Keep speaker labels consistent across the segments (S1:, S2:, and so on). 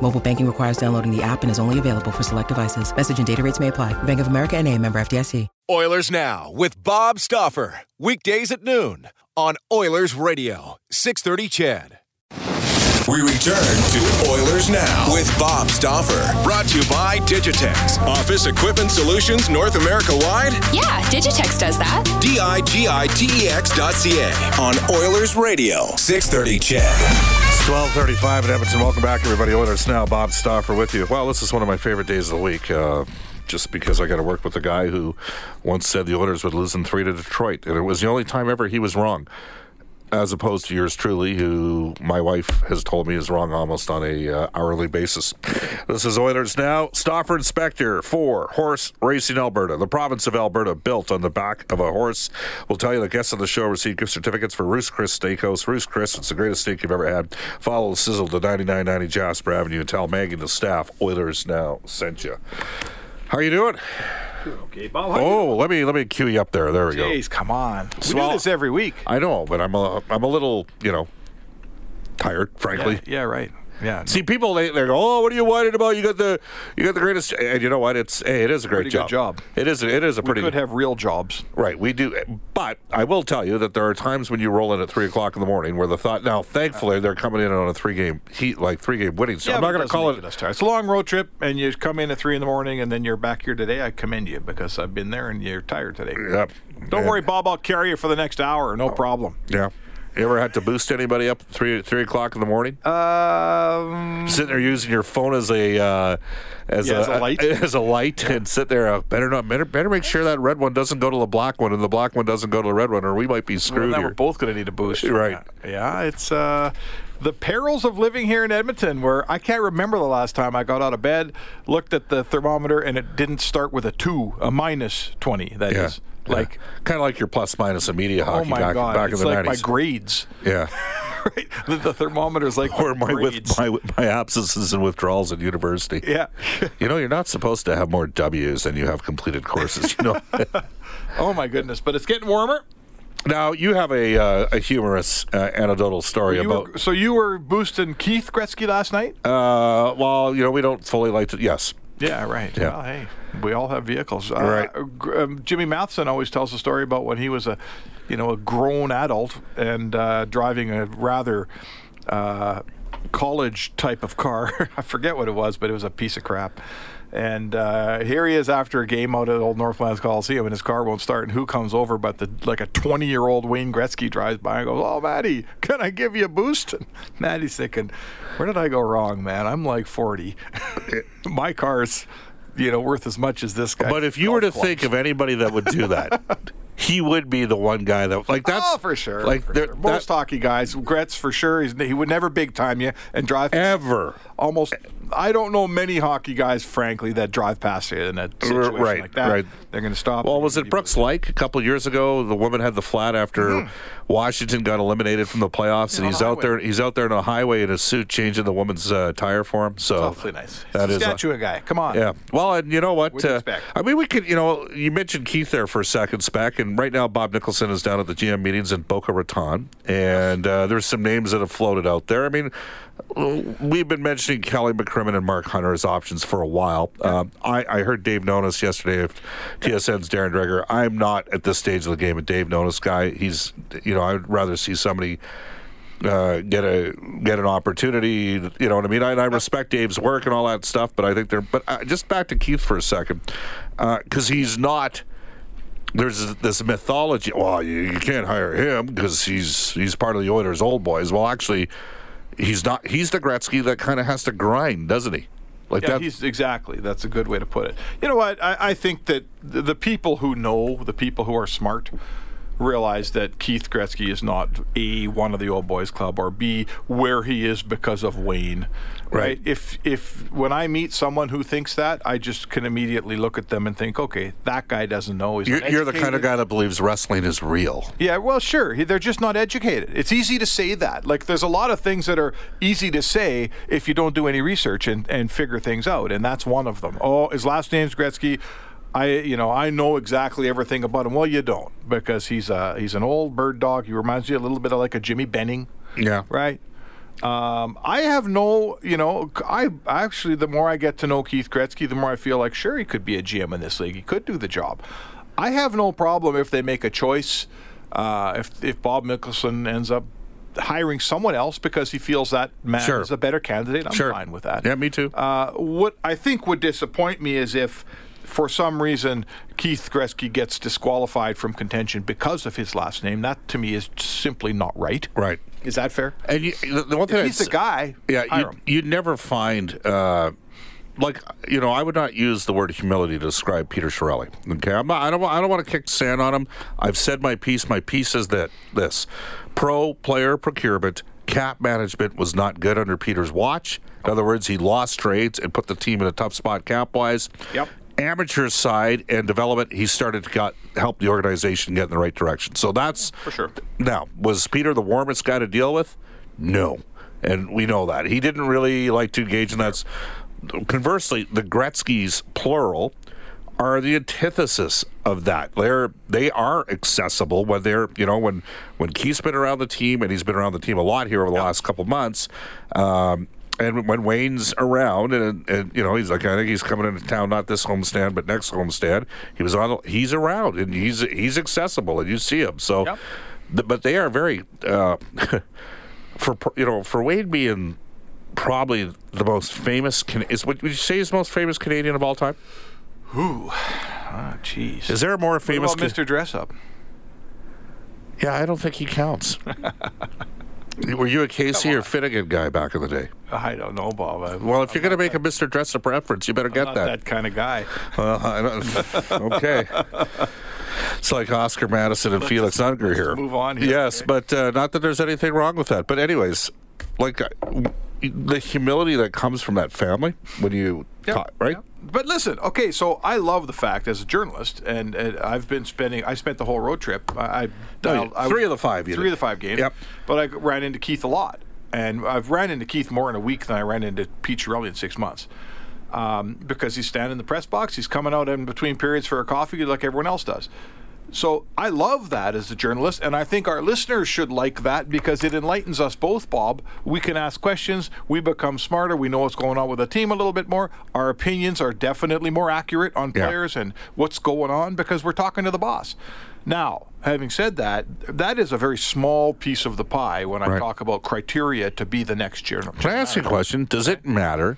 S1: Mobile banking requires downloading the app and is only available for select devices. Message and data rates may apply. Bank of America and a member FDIC.
S2: Oilers Now with Bob Stoffer. Weekdays at noon on Oilers Radio, 630 Chad. We return to Oilers Now with Bob Stoffer. Brought to you by Digitex. Office Equipment Solutions North America wide.
S3: Yeah, Digitex does that.
S2: D I G I T E X dot C A on Oilers Radio, 630 Chad.
S4: It's 12:35 at Edmonton. Welcome back, everybody. Oilers now. Bob Stoffer with you. Well, this is one of my favorite days of the week, uh, just because I got to work with a guy who once said the Oilers would lose in three to Detroit, and it was the only time ever he was wrong, as opposed to yours truly, who my wife has told me is wrong almost on a uh, hourly basis. This is Oilers now. Stoffer Inspector for Horse Racing Alberta, the province of Alberta, built on the back of a horse. We'll tell you the guests on the show receive gift certificates for Roost Chris Steakhouse. Roost Chris, it's the greatest steak you've ever had. Follow the sizzle to 9990 Jasper Avenue and tell Maggie and the staff Oilers now sent you. How you doing?
S5: Okay, Bob. how
S4: Oh, let me let me cue you up there. There we
S5: you-
S4: go.
S5: Jeez, come on. We
S4: Small-
S5: do this every week.
S4: I know, but I'm a I'm a little you know tired, frankly.
S5: Yeah, yeah, right. Yeah.
S4: See, people they they go, oh, what are you whining about? You got the you got the greatest, and you know what? It's hey, it is a great
S5: Pretty good job.
S4: It is it is a
S5: we
S4: pretty
S5: could have real jobs.
S4: right. We do, but I will tell you that there are times when you roll in at three o'clock in the morning where the thought. Now, thankfully, they're coming in on a three game heat like three game winning. So
S5: yeah,
S4: I'm not going
S5: but
S4: to
S5: doesn't
S4: call
S5: make
S4: it.
S5: us tired. It's a long road trip, and you come in at three in the morning, and then you're back here today. I commend you because I've been there, and you're tired today.
S4: Yep.
S5: Don't
S4: And-
S5: worry, Bob. I'll carry you for the next hour. No problem.
S4: Yeah. You ever had to boost anybody up at three three o'clock in the morning?
S5: Um,
S4: sitting there using your phone as a uh, as,
S5: Yeah,
S4: a,
S5: as a light.
S4: as a light and sit there uh, better not better, better make sure that red one doesn't go to the black one and the black one doesn't go to the red one or we might be
S5: well,
S4: screwed
S5: now we're
S4: here.
S5: both going to need a boost. from
S4: Right.
S5: that. Yeah, it's uh, the perils of living here in Edmonton, where I can't remember the last time I got out of bed, looked at the thermometer, and it didn't start with a two, a minus 20, That is
S4: yeah.
S5: Like,
S4: kind of like your plus minus in media
S5: oh
S4: hockey
S5: my
S4: back,
S5: God,
S4: back
S5: it's
S4: in the
S5: like
S4: 90s.
S5: my grades.
S4: yeah.
S5: right? The, the thermometer's like
S4: or my with
S5: grades.
S4: my my absences and withdrawals at university.
S5: Yeah.
S4: You know, you're not supposed to have more W's than you have completed courses. You know.
S5: Oh my goodness! But it's getting warmer.
S4: now you have a uh, a humorous uh, anecdotal story
S5: You
S4: about
S5: were, so you were boosting Keith Gretzky last night.
S4: uh, well, you know, we don't fully like to. Yes,
S5: Yeah, right.
S4: Yeah.
S5: Well, hey, we all have vehicles. Uh,
S4: Right.
S5: gr- Um, Jimmy Matheson always tells a story about when he was a, you know, a grown adult and uh, driving a rather. Uh, college type of car i forget what it was but it was a piece of crap and uh, here he is after a game out at old northlands coliseum and his car won't start and who comes over but the like a 20 year old wayne gretzky drives by and goes oh maddie can i give you a boost and maddie's thinking where did i go wrong man i'm like 40 my car's you know worth as much as this guy.
S4: But if you were to think of anybody that would do that, he would be the one guy that like that's
S5: oh, for sure,
S4: like
S5: for
S4: there-
S5: sure. most
S4: that-
S5: hockey guys, Gretz for sure. He's, he would never big time you and drive
S4: ever.
S5: Almost, I don't know many hockey guys, frankly, that drive past you in a situation
S4: right,
S5: like that.
S4: right.
S5: They're going to stop.
S4: Well,
S5: and
S4: was
S5: give
S4: it
S5: you-
S4: Brooks Like a couple years ago? The woman had the flat after Washington got eliminated from the playoffs, and
S5: on
S4: he's
S5: Hmm. the
S4: out there.
S5: highway.
S4: He's out there in a highway in a suit, changing the woman's uh, tire for him. So
S5: Awfully nice.
S4: That is
S5: Saskatchewan guy. Come on.
S4: Yeah. Well, and you know what? uh,
S5: What'd you expect?
S4: I mean, we could, you know, you mentioned Keith there for a second, Spec, and right now Bob Nicholson is down at the GM meetings in Boca Raton, and uh, there's some names that have floated out there. I mean, we've been mentioning Kelly McCrimmon and Mark Hunter as options for a while. Um, I, I heard Dave Nonis yesterday of TSN's Darren Dreger. I'm not at this stage of the game a Dave Nonis guy. He's, you know, I'd rather see somebody uh, get a get an opportunity. You know what I mean? I, and I respect Dave's work and all that stuff, but I think they're. But uh, just back to Keith for a second, because he's not. There's this mythology. Well, you, you can't hire him because he's he's part of the Oilers' old boys. Well, actually, he's not. He's the Gretzky that kind of has to grind, doesn't he? Like
S5: Yeah,
S4: that.
S5: he's exactly. That's a good way to put it. You know what? I, I think that the, the people who know, the people who are smart, realize that Keith Gretzky is not a one of the old boys club or b where he is because of Wayne.
S4: Right.
S5: If if when I meet someone who thinks that, I just can immediately look at them and think, okay, that guy doesn't know. He's
S4: You're,
S5: not
S4: you're the kind of
S5: educated."
S4: guy that believes wrestling is real.
S5: Yeah, well, sure. He- They're just not educated. It's easy to say that. Like, there's a lot of things that are easy to say if you don't do any research and, and figure things out, and that's one of them. Oh, his last name's Gretzky. I, you know, I know exactly everything about him. Well, you don't because he's a he's an old bird dog. He reminds you a little bit of like a Jimmy Benning,
S4: Yeah.
S5: right? Um, I have no, you know, c- I actually the more I get to know Keith Gretzky, the more I feel like sure he could be a GM in this league. He could do the job. I have no problem if they make a choice. Uh, if if Bob Mickelson ends up hiring someone else because he feels that man
S4: Sure.
S5: is a better candidate, I'm
S4: Sure.
S5: fine with that.
S4: Yeah, me too.
S5: Uh, what I think would disappoint me is if, for some reason, Keith Gretzky gets disqualified from contention because of his last name. That to me is simply not right.
S4: Right.
S5: Is that fair?
S4: And you, the the one thing
S5: If he's
S4: I'd
S5: the
S4: s-
S5: guy,
S4: Yeah,
S5: hire
S4: you,
S5: him.
S4: you'd never find, uh, like, you know, I would not use the word humility to describe Peter Shirelli. Okay, I'm not, I don't, wa- I don't want to kick sand on him. I've said my piece. My piece is that this pro player procurement cap management was not good under Peter's watch. In other words, he lost trades and put the team in a tough spot cap wise.
S5: Yep.
S4: Amateur side and development, he started to got, help the organization get in the right direction. So that's
S5: For sure.
S4: now, was Peter the warmest guy to deal with? No. And we know that. He didn't really like to engage in that. Conversely, the Gretzky's, plural, are the antithesis of that. They're they are accessible when they're you know when when Keith's been around the team and he's been around the team a lot here over the last couple months, um, and when Wayne's around and, and you know he's like I think he's coming into town not this homestand but next homestand he was on he's around and he's he's accessible and you see him so
S5: Yep.
S4: th- but they are very uh, for pr- you know for Wade being probably the most famous Can- is what would you say is most famous Canadian of all time?
S5: Ah, jeez.
S4: Is there a more
S5: What
S4: famous?
S5: about Mr. Dress Up?
S4: Yeah, I don't think he counts. Were you a Casey or Finnegan guy back in the day?
S5: I don't know, Bob. I,
S4: Well, if you're going to make a Mr. Dress Up reference, you better get
S5: not
S4: that.
S5: that kind of guy.
S4: Well, I don't- okay. It's like Oscar Madison and Felix Unger here.
S5: move on here.
S4: Yes, but uh, not that there's anything wrong with that. But anyways, like uh, the humility that comes from that family when you taught, right?
S5: But listen, okay, so I love the fact as a journalist, and, and I've been spending, I spent the whole road trip. I, I, dialed, I
S4: Oh, three of the five you
S5: three
S4: did.
S5: of the five games.
S4: Yep.
S5: But I ran into Keith a lot, and I've ran into Keith more in a week than I ran into Pete Chiarelli in six months, um, because he's standing in the press box, he's coming out in between periods for a coffee like everyone else does. So I love that as a journalist, and I think our listeners should like that because it enlightens us both, Bob. We can ask questions, we become smarter, we know what's going on with the team a little bit more. Our opinions are definitely more accurate on
S4: Yeah.
S5: players and what's going on because we're talking to the boss. Now, having said that, that is a very small piece of the pie when I
S4: Right.
S5: talk about criteria to be the next journal.
S4: Can I ask you a question? Does it matter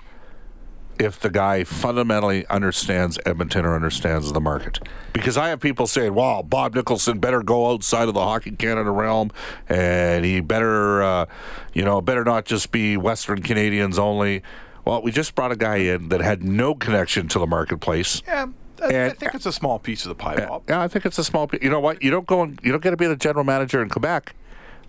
S4: if the guy fundamentally understands Edmonton or understands the market? Because I have people saying, "Wow, Bob Nicholson better go outside of the Hockey Canada realm, and he better, uh, you know, better not just be Western Canadians only." Well, we just brought a guy in that had no connection to the marketplace.
S5: Yeah, I, I
S4: And-
S5: think it's a small piece of the pie, Bob.
S4: Yeah, I think it's a small. pe- You know what? You don't go. And, you don't get to be the general manager in Quebec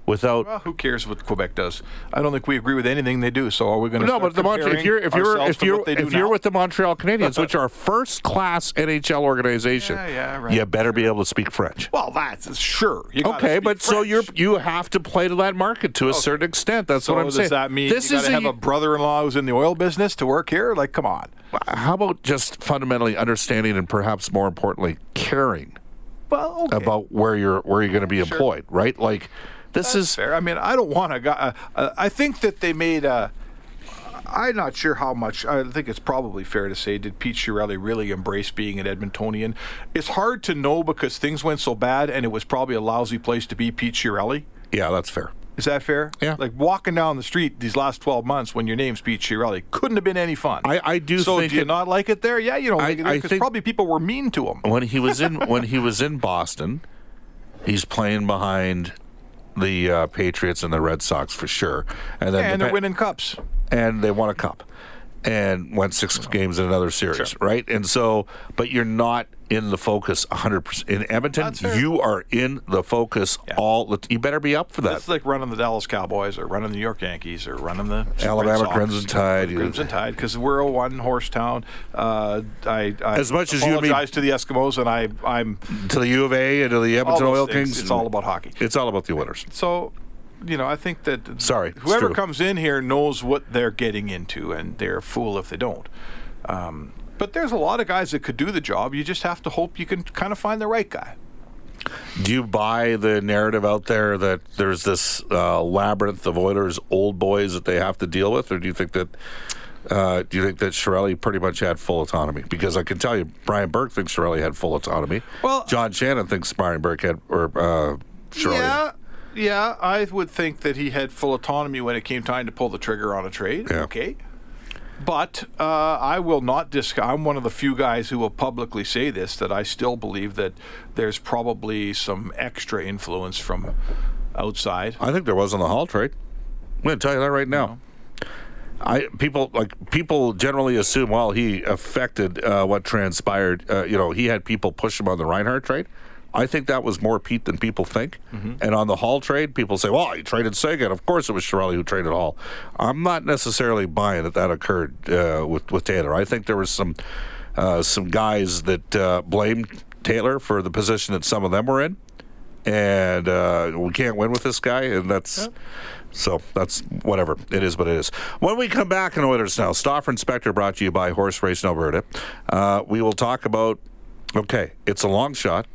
S4: without
S5: Well, Uh, who cares what Quebec does? I don't think we agree with anything they do. So are we going to?
S4: No, but the Mont- if you're if you're if you're if you're with the Montreal Canadiens, which are first class NHL organization,
S5: Yeah, yeah, right.
S4: you better be able to speak French.
S5: well, that's sure. You gotta
S4: Okay,
S5: speak
S4: but so
S5: French. Oh,
S4: you're you have to play to that market to a certain extent. That's
S5: So
S4: what I'm
S5: does
S4: saying.
S5: that mean
S4: this
S5: you
S4: is
S5: gotta have a brother-in-law who's in the oil business to work here? Like, come on.
S4: how about just fundamentally understanding and perhaps more importantly caring
S5: Well, okay.
S4: about where you're where you're going to be employed, right? Like this is
S5: fair. I mean, I don't want a guy. Uh, uh, I think that they made a. I'm not sure how much. I think it's probably fair to say. Did Pete Chiarelli really embrace being an Edmontonian? It's hard to know because things went so bad, and it was probably a lousy place to be Pete Chiarelli.
S4: yeah, that's fair.
S5: Is that fair?
S4: Yeah.
S5: Like walking down the street these last 12 months when your name's Pete Chiarelli couldn't have been any fun.
S4: I- I do
S5: So
S4: think
S5: do you
S4: it-
S5: not like it there? Yeah, you don't
S4: I-
S5: like it
S4: I
S5: there because
S4: think-
S5: probably people were mean to him.
S4: when he was in when he was in Boston, he's playing behind the uh, Patriots and the Red Sox for sure, and then
S5: and
S4: the
S5: they're
S4: Pa-
S5: winning cups.
S4: and they won a cup and went six games in another series, right? And so, but you're not in the focus 100% in Edmonton.
S5: That's fair.
S4: You are in the focus
S5: Yeah.
S4: all the you better be up for that.
S5: That's like running the Dallas Cowboys or running the New York Yankees or running the
S4: Alabama
S5: Red Sox,
S4: Crimson Tide.
S5: Crimson Tide, because we're a one horse town. Uh, I, I
S4: As much as you and me-
S5: apologize to the Eskimos, and I, I'm
S4: to the U of A and to the
S5: all
S4: Edmonton
S5: those
S4: Oil
S5: things.
S4: Kings.
S5: It's all about hockey.
S4: It's all about the winners.
S5: So, you know, I think that
S4: Sorry, it's
S5: whoever
S4: true.
S5: comes in here knows what they're getting into, and they're a fool if they don't. Um, but there's a lot of guys that could do the job. You just have to hope you can kind of find the right guy.
S4: Do you buy the narrative out there that there's this uh, labyrinth of Oilers old boys that they have to deal with, or do you think that uh, do you think that Shirelli pretty much had full autonomy? Because I can tell you, Brian Burke thinks Shirelli had full autonomy.
S5: Well-
S4: John Shannon thinks Brian Burke had or uh, Shirelli.
S5: Yeah, yeah. I would think that he had full autonomy when it came time to pull the trigger on a trade.
S4: Yeah.
S5: Okay. But uh, I will not disc. I'm one of the few guys who will publicly say this that I still believe that there's probably some extra influence from outside.
S4: I think there was on the Hall trade. I'm going to tell you that right now. I people like people generally assume well he affected uh, what transpired. Uh, you know he had people push him on the Reinhardt trade. I think that was more Pete than people think. And on the Hall trade, people say, "Well, he traded Sagan. Of course, it was Shirelli who traded Hall." I'm not necessarily buying that that occurred uh, with with Taylor. I think there was some uh, some guys that uh, blamed Taylor for the position that some of them were in and uh, we can't win with this guy, and that's so that's whatever it is, what it is. When we come back in Oilers now, Stoffer Inspector brought to you by Horse Racing Alberta. Uh, we will talk about okay, it's a long shot,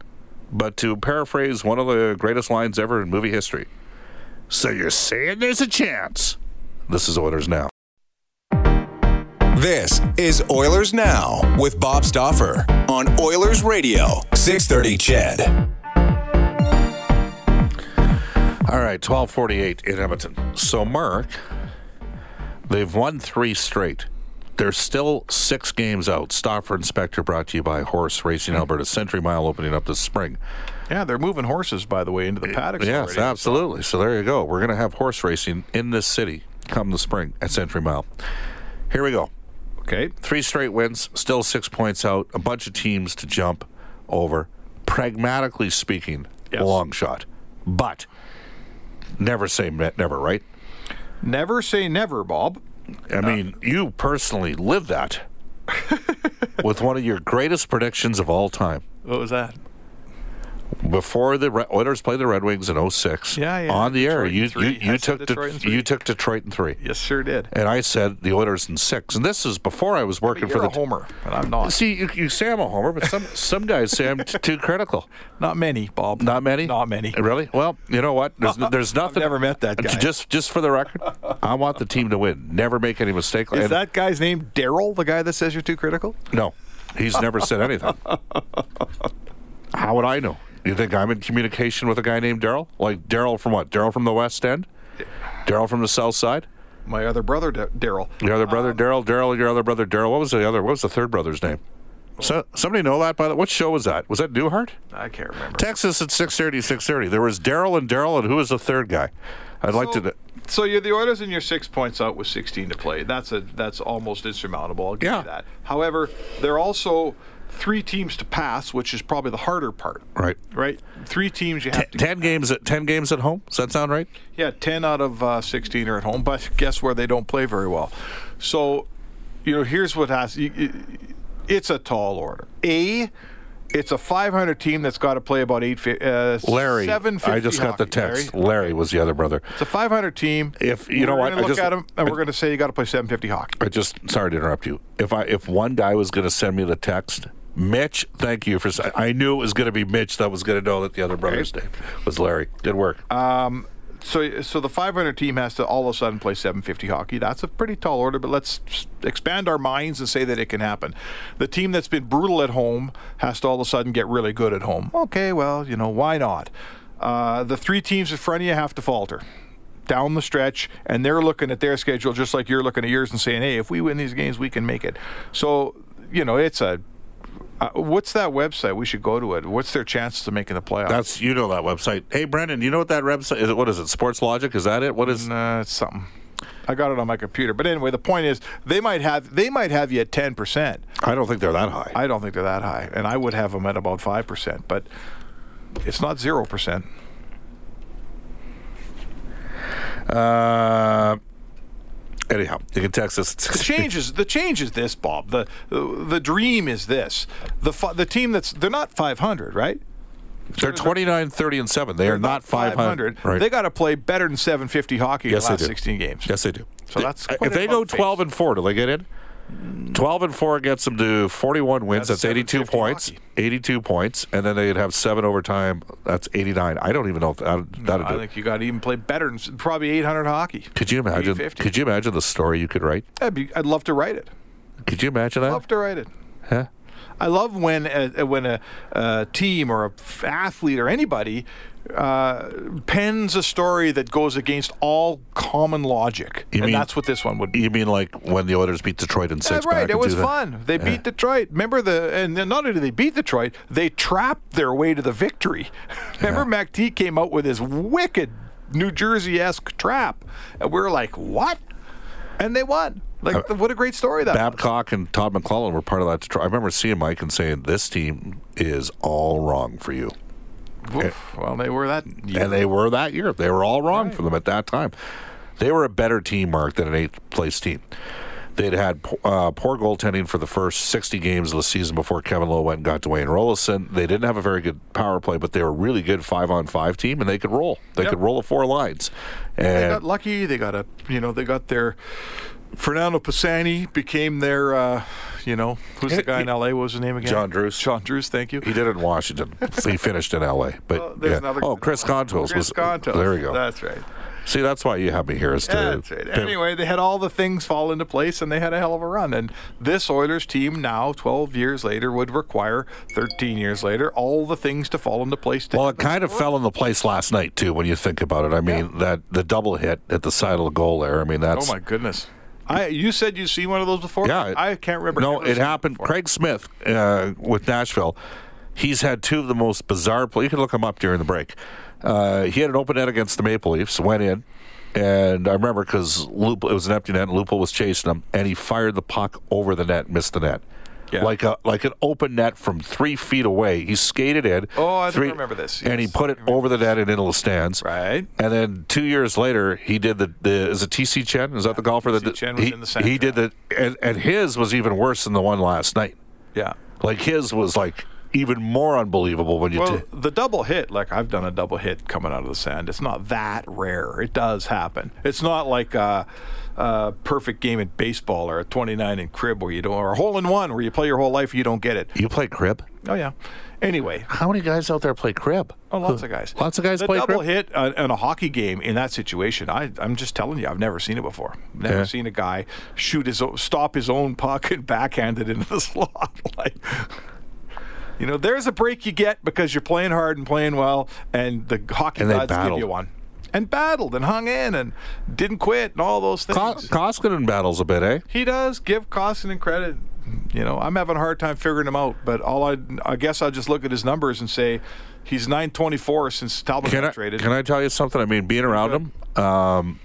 S4: but to paraphrase one of the greatest lines ever in movie history. So you're saying there's a chance? This is Oilers now.
S2: This is Oilers Now with Bob Stoffer on Oilers Radio, 630 Chad.
S4: All right, twelve forty-eight in Edmonton. So, Mark, they've won three straight. They're still six games out. Stoffer Inspector brought to you by Horse Racing Alberta Century Mile opening up this spring.
S5: Yeah, they're moving horses, by the way, into the paddocks.
S4: Yes,
S5: already.
S4: absolutely. So there you go. We're going to have horse racing in this city come the spring at Century Mile. Here we go.
S5: Okay.
S4: Three straight wins, still six points out. A bunch of teams to jump over. Pragmatically speaking,
S5: Yes.
S4: a long shot, but never say ne- never, right?
S5: Never say never, Bob. Uh,
S4: I mean, you personally live that with one of your greatest predictions of all time.
S5: What was that?
S4: Before the Re- Oilers played the Red Wings in 06,
S5: Yeah, yeah,
S4: on the air,
S5: Detroit in
S4: you,
S5: three.
S4: you, you
S5: I said
S4: took
S5: Detroit in
S4: Det-
S5: three.
S4: you took Detroit in three.
S5: Yes, sure did.
S4: And I said the Oilers in six. And this is before I was working
S5: You're
S4: for the
S5: a homer, and I'm not.
S4: See, you, you say I'm a homer, but some, some guys say I'm t- too critical.
S5: Not many, Bob.
S4: Not many.
S5: Not many.
S4: Really? Well, you know what? There's, there's nothing. Uh,
S5: never met that guy.
S4: Just, just for the record, I want the team to win. Never make any mistake.
S5: Is
S4: And-
S5: that guy's name Daryl, the guy that says you're too critical?
S4: No, he's never said anything. How would I know? You think I'm in communication with a guy named Daryl? Like Daryl from what? Daryl from the West End? Daryl from the South Side?
S5: My other brother, Da- Daryl.
S4: Your other brother
S5: Uh-huh.
S4: Daryl? Daryl, your other brother Daryl. What was the other? What was the third brother's name? So somebody know that by the what show was that? Was that Newhart?
S5: I can't remember.
S4: Texas at 6:30, 6:30. There was Daryl and Daryl, and who was the third guy? I'd like to.
S5: So, so you're the Oilers, and you're six points out with 16 to play. That's a that's almost insurmountable. I'll give
S4: Yeah.
S5: you that. However, there are also three teams to pass, which is probably the harder part.
S4: Right.
S5: Right. Three teams you have to.
S4: Ten games at ten games at home. Does that sound right?
S5: Yeah, 10 out of uh, 16 are at home, but guess where they don't play very well. So, you know, here's what has you- you- it's a tall order. A, it's a 500 team that's got to play about eight. fi- Uh,
S4: Larry. I
S5: 750
S4: just got the
S5: hockey,
S4: text.
S5: Larry.
S4: Larry, was the other brother.
S5: It's a 500 team.
S4: If- you know
S5: we're
S4: what,
S5: gonna
S4: I
S5: look
S4: just-
S5: at 'em and
S4: I-
S5: we're going to say you got to play 750 hockey.
S4: I just sorry to interrupt you. If I if one guy was going to send me the text, Mitch, thank you for. s- I knew it was going to be Mitch that was going to know that the other brother's name was Larry. Good work.
S5: Uh, So, so the 500 team has to all of a sudden play 750 hockey. That's a pretty tall order, but let's s- expand our minds and say that it can happen. The team that's been brutal at home has to all of a sudden get really good at home. Okay, well, you know why not? Uh, the three teams in front of you have to falter. down the stretch, and they're looking at their schedule just like you're looking at yours and saying, hey, if we win these games, we can make it. So, you know, it's a. Uh, what's that website? We should go to it. What's their chances of making the playoffs?
S4: That's you know that website. Hey, Brendan, you know what that website is? It what is it? Sports Logic? Is that it? What is?
S5: Nah, it's something. I got it on my computer. But anyway, the point is they might have they might have you at ten percent.
S4: I don't think they're that high.
S5: I don't think they're that high, and I would have them at about five percent. But it's not zero percent.
S4: Uh, anyhow, you can text us.
S5: The change is the change is this, Bob. The the dream is this. The fi- the team that's they're not five hundred, right?
S4: They're 29, 30, and 7. They are not 500.
S5: They got to play better than 750 hockey
S4: Yes,
S5: in
S4: they
S5: the last
S4: do.
S5: 16 games.
S4: Yes, they do.
S5: So that's
S4: If
S5: quite a
S4: they go
S5: bump face.
S4: 12 and 4, do they get in? 12 and 4 gets them to 41 wins.
S5: That's
S4: That's, 82
S5: 750
S4: points.
S5: hockey.
S4: 82 points. And then they'd have seven overtime. That's 89. I don't even know if that, that'd
S5: I
S4: do. it.
S5: think you got to even play better than s- probably 800 hockey.
S4: could you imagine?
S5: 850.
S4: Could you imagine the story you could write?
S5: That'd be, I'd love to write it.
S4: Could you imagine that?
S5: love to write it.
S4: Huh?
S5: I love when a, when a, a team or a f- athlete or anybody uh, pens a story that goes against all common logic,
S4: You
S5: and
S4: mean-
S5: that's what this one would be.
S4: You mean like when the Oilers beat Detroit in six?
S5: That's right.
S4: back
S5: It
S4: in
S5: was
S4: 2000?
S5: fun. They beat Detroit. Remember the and then not only did they beat Detroit, they trapped their way to the victory. Remember Mac T came out with his wicked New Jersey esque trap, and we are like, what? And they won. Like,
S4: Uh,
S5: th- what a great story that. was.
S4: Babcock and Todd McClellan were part of that. Detroit. I remember seeing Mike and saying, "This team is all wrong for you,"
S5: Oof. Well, they were that. year.
S4: and they were that year. They were all wrong for them at that time. They were a better team, Mark, than an eighth place team. They'd had po- uh, poor goaltending for the first 60 games of the season before Kevin Lowe went and got Dwayne Rollison. They didn't have a very good power play, but they were a really good five on five team, and they could roll. They
S5: Yep.
S4: could roll the four lines.
S5: They
S4: And
S5: got lucky. They got a, you know, they got their. Fernando Pisani became their, uh, you know, who's the guy in LA? What was his name again?
S4: John Druse.
S5: John Drews. Thank you.
S4: He did it in Washington. he finished in L.A. But
S5: Well, there's
S4: yeah.
S5: another
S4: oh, Chris Contos
S5: Chris
S4: was
S5: Contos.
S4: there. We go.
S5: That's right.
S4: See, that's why you have me here. Is to,
S5: That's right.
S4: to-
S5: Anyway, they had all the things fall into place, and they had a hell of a run. And this Oilers team now, 12 years later, would require 13 years later all the things to fall into place. To
S4: Well, it kind of fell into place last night too. When you think about it, I mean that the double hit at the side of the goal there. I mean
S5: oh
S4: that's.
S5: my goodness! I you said you've seen one of those before?
S4: Yeah, it-
S5: I can't remember.
S4: No,
S5: never
S4: it
S5: seen
S4: happened.
S5: before.
S4: Craig Smith uh, with Nashville. He's had two of the most bizarre plays. You can look him up during the break. Uh, he had an open net against the Maple Leafs, went in, and I remember because Lupo it was an empty net, and Lupo was chasing him, and he fired the puck over the net, missed the net.
S5: Yeah.
S4: Like a like an open net from three feet away. He skated in.
S5: Oh, I think I
S4: three-
S5: remember this.
S4: And he
S5: Yes,
S4: put
S5: I
S4: it
S5: remember
S4: over the net and into the stands.
S5: Right.
S4: And then two years later, he did the, the is it TC Chen? Is that the golfer that
S5: TC
S4: did-
S5: Chen was
S4: he,
S5: in the Sack
S4: he did the and, and his was even worse than the one last night.
S5: Yeah.
S4: Like his was like even more unbelievable when you.
S5: Well,
S4: t-
S5: the double hit, like I've done a double hit coming out of the sand. It's not that rare. It does happen. It's not like a, a perfect game in baseball or a 29 in crib where you don't, or a hole in one where you play your whole life and you don't get it.
S4: you play crib.
S5: Oh yeah. Anyway,
S4: How many guys out there play crib?
S5: oh, lots of guys.
S4: Lots of guys
S5: the
S4: play
S5: double
S4: crib.
S5: hit on, on a hockey game in that situation. I, I'm just telling you, I've never seen it before. Never
S4: Yeah.
S5: seen a guy shoot his own, stop his own puck and backhand it into the slot. like, you know, there's a break you get because you're playing hard and playing well, and the hockey
S4: And they
S5: gods give
S4: battled.
S5: you one. And battled and hung in and didn't quit and all those things.
S4: Ko- Koskinen battles a bit, eh?
S5: He does give Costin credit. You know, I'm having a hard time figuring him out, but all I, I guess I'll just look at his numbers and say he's 924 since Talbot
S4: Can
S5: got
S4: I
S5: traded.
S4: can I tell you something? I mean, being around him, um,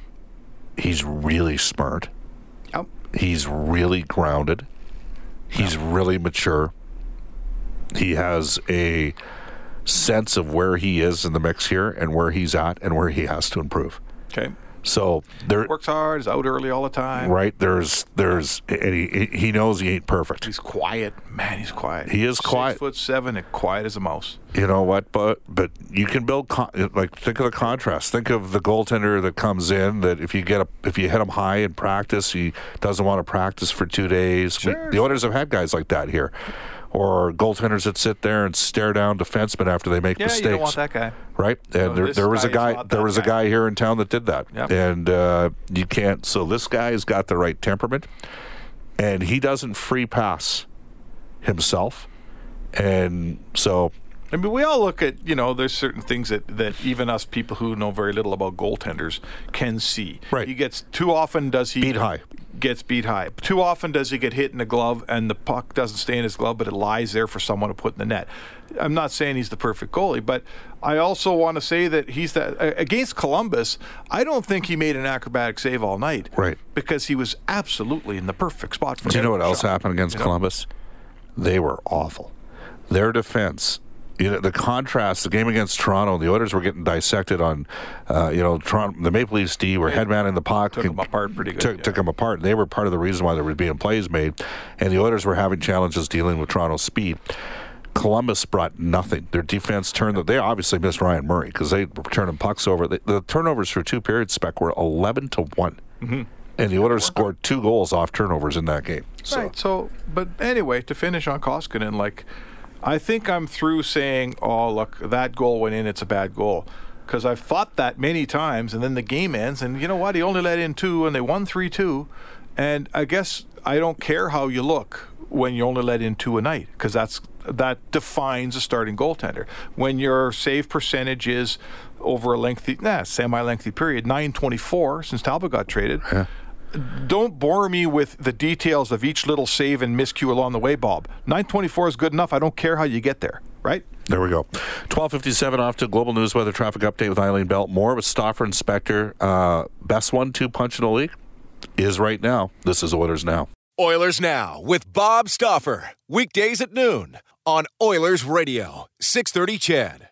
S4: he's really smart.
S5: Yep.
S4: He's really grounded. He's really mature. He has a sense of where he is in the mix here and where he's at and where he has to improve.
S5: Okay.
S4: So there,
S5: Works hard. Is out early all the time.
S4: right? There's, there's, and he he knows he ain't perfect.
S5: He's quiet. Man, he's quiet.
S4: He is quiet.
S5: Six foot seven and quiet as a mouse.
S4: You know what? But but you can build con- like think of the contrast. Think of the goaltender that comes in that if you get a if you hit him high in practice, he doesn't want to practice for two days. We-
S5: Sure.
S4: the owners have had guys like that here, or goaltenders that sit there and stare down defensemen after they make
S5: Yeah,
S4: mistakes.
S5: you don't want that guy.
S4: Right, and
S5: No,
S4: there,
S5: this
S4: there was a
S5: guy
S4: guy,
S5: is not
S4: there
S5: that
S4: was a
S5: guy.
S4: guy here in town that did that,
S5: Yep.
S4: and uh, you can't. So this guy's got the right temperament, and he doesn't free pass himself, and so
S5: I mean, we all look at you know. There's certain things that, that even us people who know very little about goaltenders can see.
S4: Right.
S5: He gets too often does he
S4: Beat high.
S5: Gets beat high. Too often does he get hit in the glove and the puck doesn't stay in his glove, but it lies there for someone to put in the net. I'm not saying he's the perfect goalie, but I also want to say that he's that a- against Columbus. I don't think he made an acrobatic save all night.
S4: Right.
S5: Because he was absolutely in the perfect spot for.
S4: Do you know what
S5: every
S4: else
S5: shot.
S4: happened against Columbus? They were awful. Their defense. You know, the contrast, the game against Toronto, the Oilers were getting dissected on, uh, you know, Toronto, the Maple Leafs D were headman in the pocket.
S5: Took 'em apart pretty good,
S4: Took,
S5: yeah.
S4: took 'em apart. They were part of the reason why there were being plays made, and the Oilers were having challenges dealing with Toronto's speed. Columbus brought nothing. Their defense turned. The, they obviously missed Ryan Murray because they were turning pucks over. The, the turnovers for two periods spec were eleven to one,
S5: Mm-hmm.
S4: and the Oilers scored two goals off turnovers in that game. So.
S5: Right. So, but anyway, to finish on Koskinen, like, I think I'm through saying, "Oh, look, that goal went in. It's a bad goal," because I've thought that many times, and then the game ends, and you know what? He only let in two, and they won three-two, and I guess I don't care how you look when you only let in two a night, because that's that defines a starting goaltender. When your save percentage is over a lengthy, nah, semi-lengthy period, 924 since Talbot got traded don't bore me with the details of each little save and miscue along the way, Bob. 924 is good enough. I don't care how you get there, right?
S4: There we go. 1257 off to Global News Weather Traffic Update with Eileen Belt. More with Stoffer and Spector. Uh, best one two punch in the league is right now. This is Oilers Now.
S2: Oilers Now with Bob Stoffer. Weekdays at noon on Oilers Radio, 630 Chad.